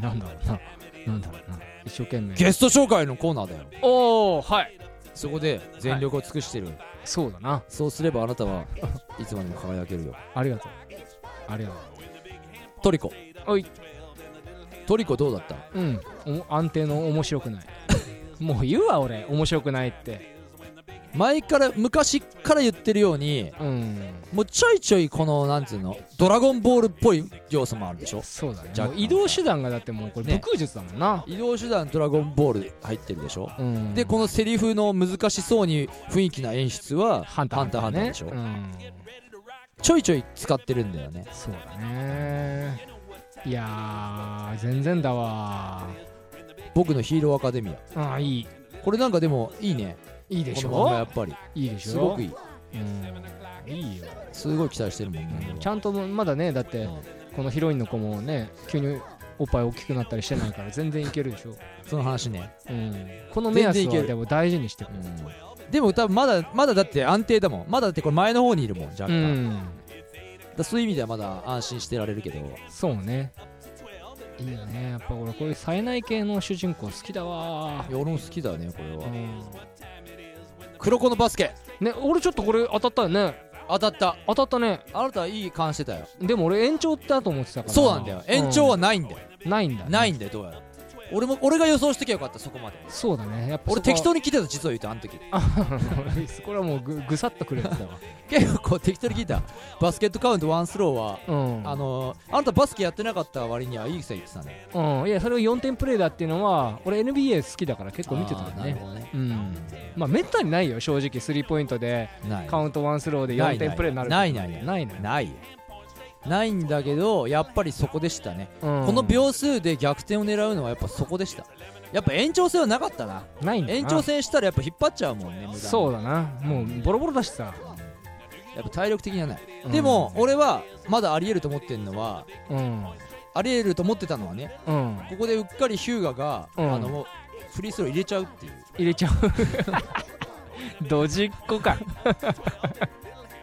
Speaker 4: なんだろうななんだろうな一生懸命
Speaker 3: ゲスト紹介のコーナーだよ
Speaker 4: おおはい
Speaker 3: そこで全力を尽くしてる、
Speaker 4: そうだな
Speaker 3: そうすればあなたはいつまでも輝けるよ
Speaker 4: ありがとうありがと
Speaker 3: トリコ
Speaker 4: おい
Speaker 3: トリコどうだった
Speaker 4: ううんお安定の面白くない もう言うわ俺面白くないって
Speaker 3: 前から昔から言ってるように
Speaker 4: うん
Speaker 3: もうちょいちょいこのなんつうのドラゴンボールっぽい要素もあるでしょ
Speaker 4: そうだね
Speaker 3: じゃあ
Speaker 4: もう移動手段がだってもうこれ
Speaker 3: ね
Speaker 4: 武空術だもんな
Speaker 3: 移動手段ドラゴンボール入ってるでしょ
Speaker 4: うん
Speaker 3: でこのセリフの難しそうに雰囲気な演出は
Speaker 4: ハンター
Speaker 3: ハンターハンター
Speaker 4: ね
Speaker 3: でしょ
Speaker 4: うん
Speaker 3: ちょいちょい使ってるんだよね
Speaker 4: そうだねいやー全然だわ
Speaker 3: 僕のヒーローアカデミア
Speaker 4: ああいい
Speaker 3: これなんかでもいいね
Speaker 4: いいでし
Speaker 3: この漫画や
Speaker 4: ょ
Speaker 3: っぱり
Speaker 4: いいでしょ
Speaker 3: すごく
Speaker 4: い
Speaker 3: い
Speaker 4: い
Speaker 3: い
Speaker 4: うんいいよ
Speaker 3: すごい期待してるもんね
Speaker 4: ちゃんとまだねだって
Speaker 3: うん
Speaker 4: このヒロインの子もね急におっぱい大きくなったりしてないから全然いけるでしょ、
Speaker 3: その話ね、
Speaker 4: うん、この目安
Speaker 3: 全然いけ
Speaker 4: は
Speaker 3: る
Speaker 4: でも大事にしてく
Speaker 3: うん、でも多分まだまだだって安定だもんまだだってこれ前の方にいるもん若
Speaker 4: う
Speaker 3: 干、だか
Speaker 4: ん
Speaker 3: らそういう意味ではまだ安心してられるけど
Speaker 4: そうねいいよねやっぱ俺こういう冴えない系の主人公好きだわ
Speaker 3: いや俺も好きだねこれは、
Speaker 4: うん
Speaker 3: 黒子のバスケ
Speaker 4: ね俺ちょっとこれ当たったよね
Speaker 3: 当たった
Speaker 4: 当たったね
Speaker 3: あなたいい感してたよ
Speaker 4: でも俺延長ってだと思ってたから
Speaker 3: そうなんだよ延長はないんだよ、
Speaker 4: うんないんだね、
Speaker 3: ないんだよどうやら俺も俺が予想してきゃよかったそこまで
Speaker 4: そうだねやっぱ
Speaker 3: 俺
Speaker 4: そこは
Speaker 3: 適当に聞いてた実を言うとあの時
Speaker 4: そこらもうぐぐさっとくるやつ だわ
Speaker 3: 結構適当に聞いたバスケットカウントワンスローは
Speaker 4: うん
Speaker 3: あのーあなたバスケやってなかった割にはいい線言ってたね
Speaker 4: うん、いやそれを4点プレーだっていうのは俺 NBA 好きだから結構見てたん
Speaker 3: あー
Speaker 4: だ
Speaker 3: なる
Speaker 4: ね
Speaker 3: ほどね
Speaker 4: うんまあめったにないよ正直スリーポイントで
Speaker 3: ない
Speaker 4: カウントワンスローで
Speaker 3: ない
Speaker 4: 4点プレーになる
Speaker 3: ないないない
Speaker 4: ないない
Speaker 3: ないよないんだけどやっぱりそこでしたね、
Speaker 4: うん
Speaker 3: この秒数で逆転を狙うのはやっぱそこでしたやっぱ延長戦はなかったな
Speaker 4: ないんだな
Speaker 3: 延長戦したらやっぱ引っ張っちゃうもんね無駄に
Speaker 4: そうだなもうボロボロだしさ、
Speaker 3: やっぱ体力的にはない、
Speaker 4: うん
Speaker 3: でも俺はまだありえると思ってんのは
Speaker 4: うん
Speaker 3: ありえると思ってたのはね
Speaker 4: うん
Speaker 3: ここでうっかりヒューガが、
Speaker 4: うん
Speaker 3: あのもうフリースロー入れちゃうっていう
Speaker 4: 入れちゃう ドジっ子か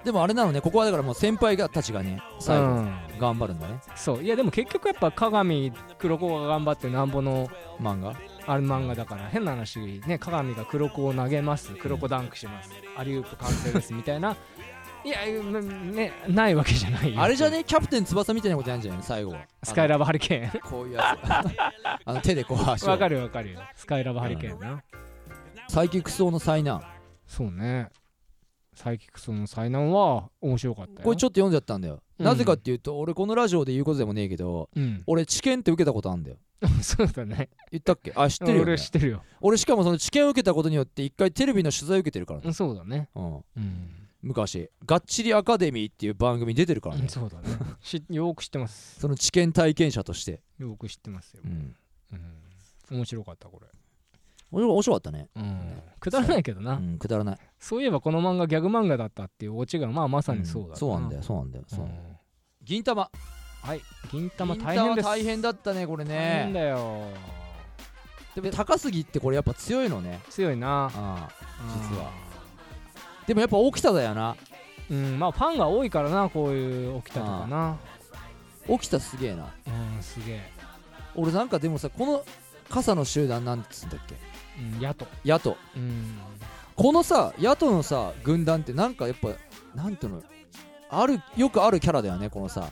Speaker 3: でもあれなのねここはだからもう先輩がたちがね最
Speaker 4: う
Speaker 3: 後
Speaker 4: ん、
Speaker 3: 頑張るんだね、
Speaker 4: そういやでも結局やっぱ鏡黒子が頑張ってなんぼの
Speaker 3: 漫画
Speaker 4: あれ漫画だから変な話ね鏡が黒子を投げます黒子ダンクしますアリウープ完成ですみたいないやうんねないわけじゃないよ
Speaker 3: あれじゃねキャプテン翼みたいなことやんじゃないの最後は
Speaker 4: スカイ
Speaker 3: ラ
Speaker 4: ラブハリケ
Speaker 3: こういうやつ あの手でこう足
Speaker 4: ーン
Speaker 3: を
Speaker 4: わかるわかるよスカイラブハリケーンな、
Speaker 3: サイキック層の災難
Speaker 4: そうねサイキックスの災難は面白かったよ
Speaker 3: これちょ
Speaker 4: ょ
Speaker 3: っと読んじゃったんだよ、
Speaker 4: うん
Speaker 3: なぜかっていうと俺このラジオで言うことでもねえけど
Speaker 4: うん
Speaker 3: 俺治験って受けたことあるんだよ
Speaker 4: そうだね
Speaker 3: 言ったっけあ知ってるよ、ね
Speaker 4: 俺、知ってるよ
Speaker 3: 俺しかもその治験を受けたことによって一回テレビの取材受けてるからね、
Speaker 4: そうだね
Speaker 3: うん、
Speaker 4: うん、
Speaker 3: 昔「がっちりアカデミー」っていう番組に出てるからね、
Speaker 4: そうだね しよく知ってます
Speaker 3: その治験体験者として、
Speaker 4: よく知ってますよ
Speaker 3: う、ん、
Speaker 4: うん、面白かったこれ、
Speaker 3: 面白面白かったね、
Speaker 4: うん、くだらないけど
Speaker 3: う
Speaker 4: な、
Speaker 3: ん、くだらない
Speaker 4: そういえばこの漫画ギャグ漫画だったっていうオチがまあまさにそうだ、
Speaker 3: そうなんだよそうなんだよ、
Speaker 4: う
Speaker 3: そうん銀玉
Speaker 4: はい銀
Speaker 3: 銀
Speaker 4: 玉大変です
Speaker 3: 大変だったねこれ
Speaker 4: 大変
Speaker 3: ね
Speaker 4: だよ
Speaker 3: でも高杉ってこれやっぱ強いのね
Speaker 4: 強いな
Speaker 3: ああ
Speaker 4: うん
Speaker 3: 実はでもやっぱ沖田だよな
Speaker 4: うんまあファンが多いからなこういう沖田とかな
Speaker 3: 沖田すげえな
Speaker 4: うんすげえ、
Speaker 3: 俺なんかでもさこの傘の集団なんつうんだっけ
Speaker 4: うん、野党
Speaker 3: 野党
Speaker 4: うん
Speaker 3: このさ野党のさ軍団ってなんかやっぱなんていうのあるよくあるキャラだよねこのさ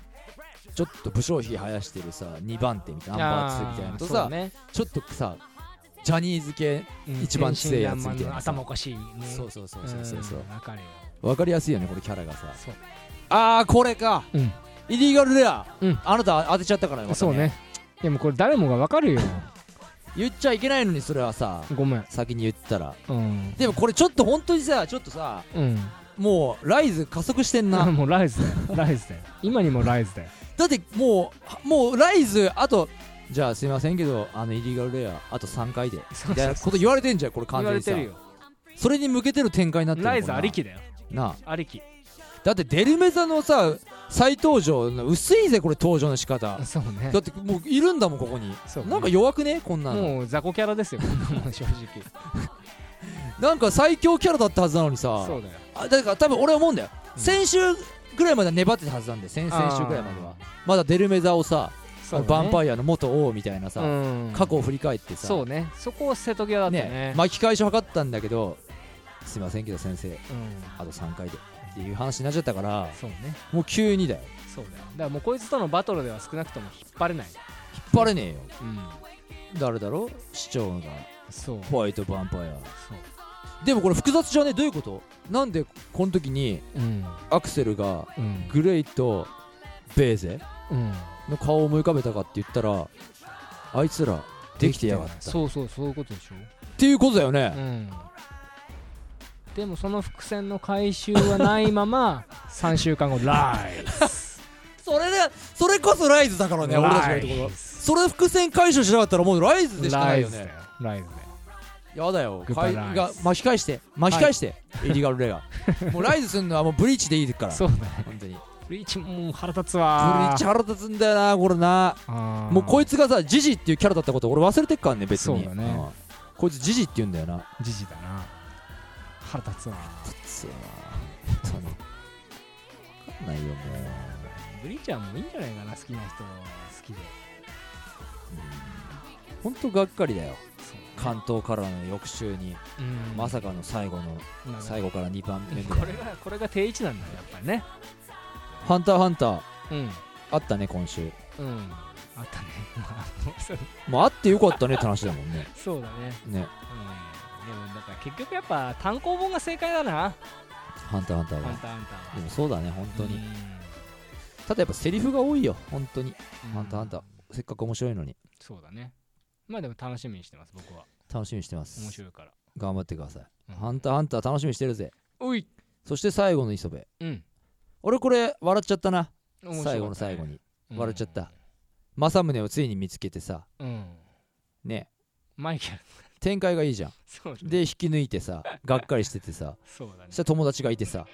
Speaker 3: ちょっと武将費生やしてるさ2番手みたいなナンバー2みたいなのと
Speaker 4: あーそ
Speaker 3: さ、
Speaker 4: うね
Speaker 3: ちょっとさジャニーズ系、
Speaker 4: うん
Speaker 3: 一番強いやつみたいな
Speaker 4: 天真爛漫の頭おかしいね
Speaker 3: そうそうそうそうそうそう
Speaker 4: うんわかるよ
Speaker 3: わかりやすいよねこれキャラがさ
Speaker 4: そう
Speaker 3: ああこれか、
Speaker 4: うん
Speaker 3: イリーガルレア、
Speaker 4: うん
Speaker 3: あなた当てちゃったからね,、また
Speaker 4: そうねでもこれ誰もがわかるよ
Speaker 3: 言っちゃいけないのにそれはさ
Speaker 4: ごめん
Speaker 3: 先に言ったら
Speaker 4: うん
Speaker 3: でもこれちょっと本当にさちょっとさ
Speaker 4: うん
Speaker 3: もうライズ加速してんな
Speaker 4: もうライズだよライズだよ今にもライズだよ
Speaker 3: だってもうもうライズあとじゃあすいませんけどあのイリーガルレアあと3回でみたいなこと言われてんじゃんこれ完
Speaker 4: 言わ
Speaker 3: 全
Speaker 4: れ
Speaker 3: に
Speaker 4: て
Speaker 3: さ
Speaker 4: るよ
Speaker 3: それに向けての展開になってるの
Speaker 4: ラ
Speaker 3: か
Speaker 4: イ
Speaker 3: な
Speaker 4: ズありきだよ
Speaker 3: なあ
Speaker 4: ありき
Speaker 3: だってデルメザのさ再登場の薄いぜこれ登場の仕方
Speaker 4: そうね
Speaker 3: だってもういるんだもんここに
Speaker 4: そうね
Speaker 3: なんか弱くねこんなの
Speaker 4: もう雑魚キャラですよこんなもん正直
Speaker 3: なんか最強キャラだったはずなのにさ
Speaker 4: そうだよ
Speaker 3: あだから多分俺は思うんだよ、
Speaker 4: うん
Speaker 3: 先週ぐらいまでは粘ってたはずなんで先々週ぐらいまではまだデルメザをさ、
Speaker 4: そ
Speaker 3: ヴ
Speaker 4: うだね
Speaker 3: ァンパイアの元王みたいなさ、
Speaker 4: うん
Speaker 3: 過去を振り返ってさ
Speaker 4: そうねそこを瀬戸際だったね
Speaker 3: ね巻き返しを図ったんだけどすいませんけど先生
Speaker 4: うん
Speaker 3: あと3回でっていう話になっちゃったから
Speaker 4: そうね
Speaker 3: もう急にだよ
Speaker 4: そうだよだからもうこいつとのバトルでは少なくとも引っ張れない
Speaker 3: 引っ張れねえよ
Speaker 4: うん
Speaker 3: 誰だろ市長が
Speaker 4: そう
Speaker 3: ホワイトヴァンパイ
Speaker 4: そう
Speaker 3: アでもこれ複雑じゃねどういうことなんでこの時に
Speaker 4: うん
Speaker 3: アクセルが
Speaker 4: うん
Speaker 3: グレイとベーゼ
Speaker 4: うん
Speaker 3: の顔を思い浮かべたかって言ったらあいつらできてやがったっ
Speaker 4: そうそうそういうことでしょ
Speaker 3: ていうことだよね、
Speaker 4: うんでもその伏線の回収はないまま 3週間後ライズ
Speaker 3: それでそれこそライズだからね俺たちが言うところそれ伏線回収しなかったらもうライズでしかな
Speaker 4: ラ
Speaker 3: い
Speaker 4: イ
Speaker 3: よ
Speaker 4: ズだ
Speaker 3: ね
Speaker 4: よライズだよ
Speaker 3: やだよ
Speaker 4: グッバ
Speaker 3: か
Speaker 4: イ
Speaker 3: い
Speaker 4: ライズ
Speaker 3: が巻き返して巻き返して、イリガルレ アもうライズすんのはもうブリーチでいいから
Speaker 4: そうだね
Speaker 3: 本当にブリ
Speaker 4: ブリーチもう腹立つわ
Speaker 3: ーチ腹立つんだよなこれな
Speaker 4: あー
Speaker 3: もうこいつがさジジっていうキャラだったこと俺忘れてっからね別に
Speaker 4: そうだね
Speaker 3: んこいつジジって言うんだよな
Speaker 4: じじだな腹立つわ
Speaker 3: つわ本当に分かんないよも
Speaker 4: ブリーチはもういいんじゃないかな好きな人は好きで
Speaker 3: う本当がっかりだよ
Speaker 4: そうね
Speaker 3: 関東からの翌週に、
Speaker 4: うん
Speaker 3: まさかの最後の
Speaker 4: なんか
Speaker 3: 最後から2番目ぐ
Speaker 4: こ
Speaker 3: ら
Speaker 4: れ
Speaker 3: い
Speaker 4: がこれが定位置なんだよやっぱりね
Speaker 3: ハンターハンター
Speaker 4: うん
Speaker 3: あったね今週
Speaker 4: うんあったね まあそう
Speaker 3: まああってよかったねって話だもんね
Speaker 4: そうだね
Speaker 3: ね
Speaker 4: うんでもだから結局やっぱ単行本が正解だな
Speaker 3: ハンターハンター
Speaker 4: ハン
Speaker 3: は
Speaker 4: ターハンターは
Speaker 3: でもそうだね本当に、
Speaker 4: うん
Speaker 3: ただやっぱセリフが多いよ本当に、
Speaker 4: うん
Speaker 3: ハンターハンターせっかく面白いのに
Speaker 4: そうだねまあでも楽しみにしてます僕は
Speaker 3: 楽しみにしてま
Speaker 4: 面
Speaker 3: す
Speaker 4: 白いから
Speaker 3: 頑張ってください、
Speaker 4: うん
Speaker 3: ハンターハンター楽しみにしてるぜ
Speaker 4: おい
Speaker 3: そして最後の磯部
Speaker 4: うん
Speaker 3: 俺これ笑っちゃったな
Speaker 4: 面白かったね
Speaker 3: 最後の最後に
Speaker 4: うん
Speaker 3: 笑っちゃった政宗をついに見つけてさ
Speaker 4: うん
Speaker 3: ね
Speaker 4: マイケル
Speaker 3: 展開がいいじゃん
Speaker 4: そうだね
Speaker 3: で引き抜いてさがっかりしててさ
Speaker 4: そうだね
Speaker 3: そしたら友達がいてさ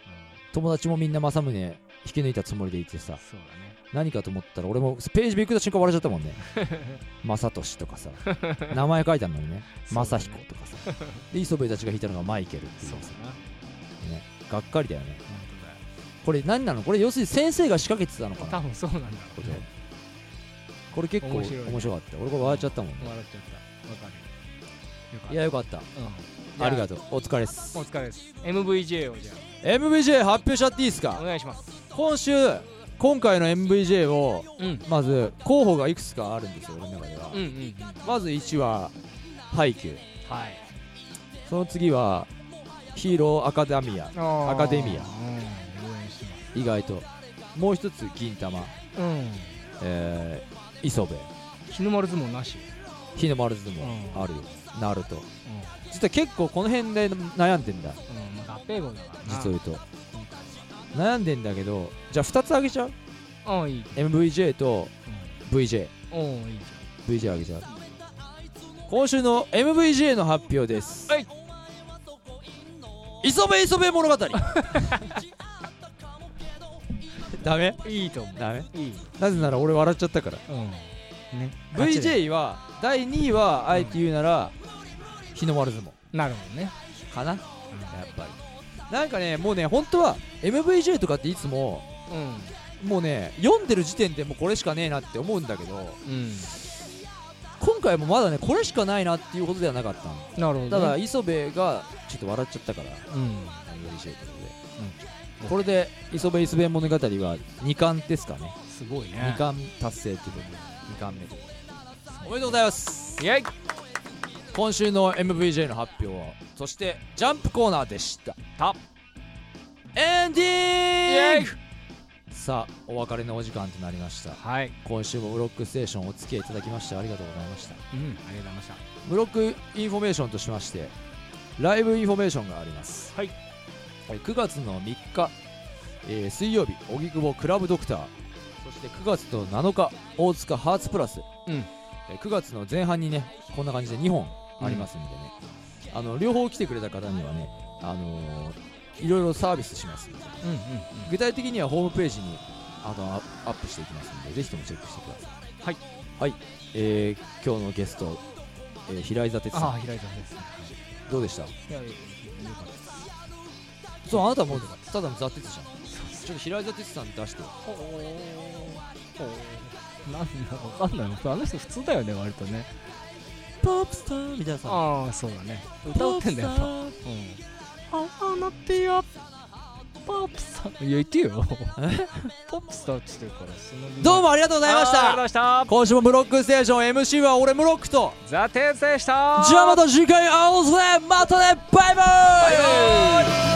Speaker 3: 友達もみんな政宗引き抜いたつもりでいて
Speaker 4: うん
Speaker 3: さ
Speaker 4: そうだ
Speaker 3: 何かと思ったら俺もページめくった瞬間笑っちゃったもん ね正俊とかさ名前書いてあるのにね
Speaker 4: ね
Speaker 3: 正彦とかさで磯部たちが弾いたのがマイケルっていう
Speaker 4: そう
Speaker 3: さ
Speaker 4: だな
Speaker 3: ねがっかりだよね
Speaker 4: 本当だよ
Speaker 3: これ何なのこれ要するに先生が仕掛けてたのか
Speaker 4: 多
Speaker 3: な
Speaker 4: 分そうなんだろ
Speaker 3: こ
Speaker 4: う
Speaker 3: れ
Speaker 4: ね
Speaker 3: これ結構
Speaker 4: 面白いね
Speaker 3: 面白かった俺これ笑っちゃったもんね
Speaker 4: 笑っちゃったわかるよかった
Speaker 3: いやよかった
Speaker 4: うん
Speaker 3: ありが
Speaker 4: と
Speaker 3: とうお疲れっす
Speaker 4: お疲れです MVJ をじゃ
Speaker 3: MVJ 発表しちゃっていいです
Speaker 4: あお
Speaker 3: か
Speaker 4: 願いします
Speaker 3: 今週今回の MVJ を
Speaker 4: うん
Speaker 3: まず候補がいくつかあるんですよ俺の中では
Speaker 4: うんうんうん
Speaker 3: まず1は「ハイキュー
Speaker 4: はい」
Speaker 3: その次は「ヒーローアカデミアア
Speaker 4: ア
Speaker 3: カデミア
Speaker 4: 応援してま」
Speaker 3: 意外ともう一つ「銀玉
Speaker 4: すうん」
Speaker 3: えー磯部
Speaker 4: 日の丸相撲なし
Speaker 3: 日の丸相撲
Speaker 4: うん
Speaker 3: あるよナルト
Speaker 4: うん
Speaker 3: 実は結構この辺で悩んでんだ
Speaker 4: うんまあ合併号だからな
Speaker 3: 実を言うと悩んでんだけどじゃあ2つあげちゃう
Speaker 4: ああいい
Speaker 3: MVJ と VJ
Speaker 4: うんおおいいじ
Speaker 3: VJ あげちゃう今週の MVJ の発表です
Speaker 4: はい
Speaker 3: 磯部磯部物語 ダメ
Speaker 4: いいと思
Speaker 3: ダメ
Speaker 4: ういい、
Speaker 3: なぜなら俺笑っちゃったから
Speaker 4: うん、
Speaker 3: VJ は第2位はあえて言うなら、日の丸相撲
Speaker 4: なるもんね
Speaker 3: かな、やっぱりなんかねもうね本当は MVJ とかっていつも
Speaker 4: う
Speaker 3: もうね読んでる時点でもうこれしかねえなって思うんだけど
Speaker 4: んうん
Speaker 3: 今回もまだねこれしかないなっていうことではなかったの
Speaker 4: なるほど、ね、
Speaker 3: ただ磯部がちょっと笑っちゃったから
Speaker 4: うん
Speaker 3: 何よりしいということで、これで磯部磯部物語は2冠ですかね
Speaker 4: すごい
Speaker 3: 2
Speaker 4: ね
Speaker 3: 冠達成ということで2冠目ということでおめでとうございます
Speaker 4: イェイ
Speaker 3: 今週の MVJ の発表そしてジャンプコーナーでしたたエンディングさあお別れのお時間となりました
Speaker 4: はい、
Speaker 3: 今週もブロックステーションお付き合いいただきましてありがとうございました
Speaker 4: うん、ありがとうございました
Speaker 3: ブロックインフォメーションとしましてライブインフォメーションがあります、
Speaker 4: はい
Speaker 3: えー9月の3日、えー水曜日荻窪クラブドクターそして9月の7日大塚ハーツプラス、
Speaker 4: うん
Speaker 3: えー9月の前半にねこんな感じで2本ありますんでね、あの両方来てくれた方にはね、あのーいろいろサービスしますんで
Speaker 4: うんうん
Speaker 3: 具体的にはホームページにあのアアップしていきますのでぜひともチェックしてください
Speaker 4: はい、
Speaker 3: はいえー今日のゲスト、えー平井座哲さん
Speaker 4: ああ平井さんです
Speaker 3: どうでした
Speaker 4: いやよかったです
Speaker 3: そうあなたもうただの座鉄じゃんちょっと平井座鉄さん出してよ
Speaker 4: おおなんだわかんないのあの人普通だよね割とね
Speaker 3: ポップスターみたいなさ
Speaker 4: ああそうだね歌ってんだよやっぱ
Speaker 3: ポップス
Speaker 4: うんああなってよポップスターいや言って よポップスターって言ってるからその
Speaker 3: ターどうもありがとうございまし
Speaker 5: あり
Speaker 3: た
Speaker 5: がとうございま
Speaker 3: 今週もブロックステーション MC は俺ムロックと
Speaker 5: したザ・テツでした
Speaker 3: じゃあまた次回会おうぜまたねバイバイ
Speaker 5: バイバイ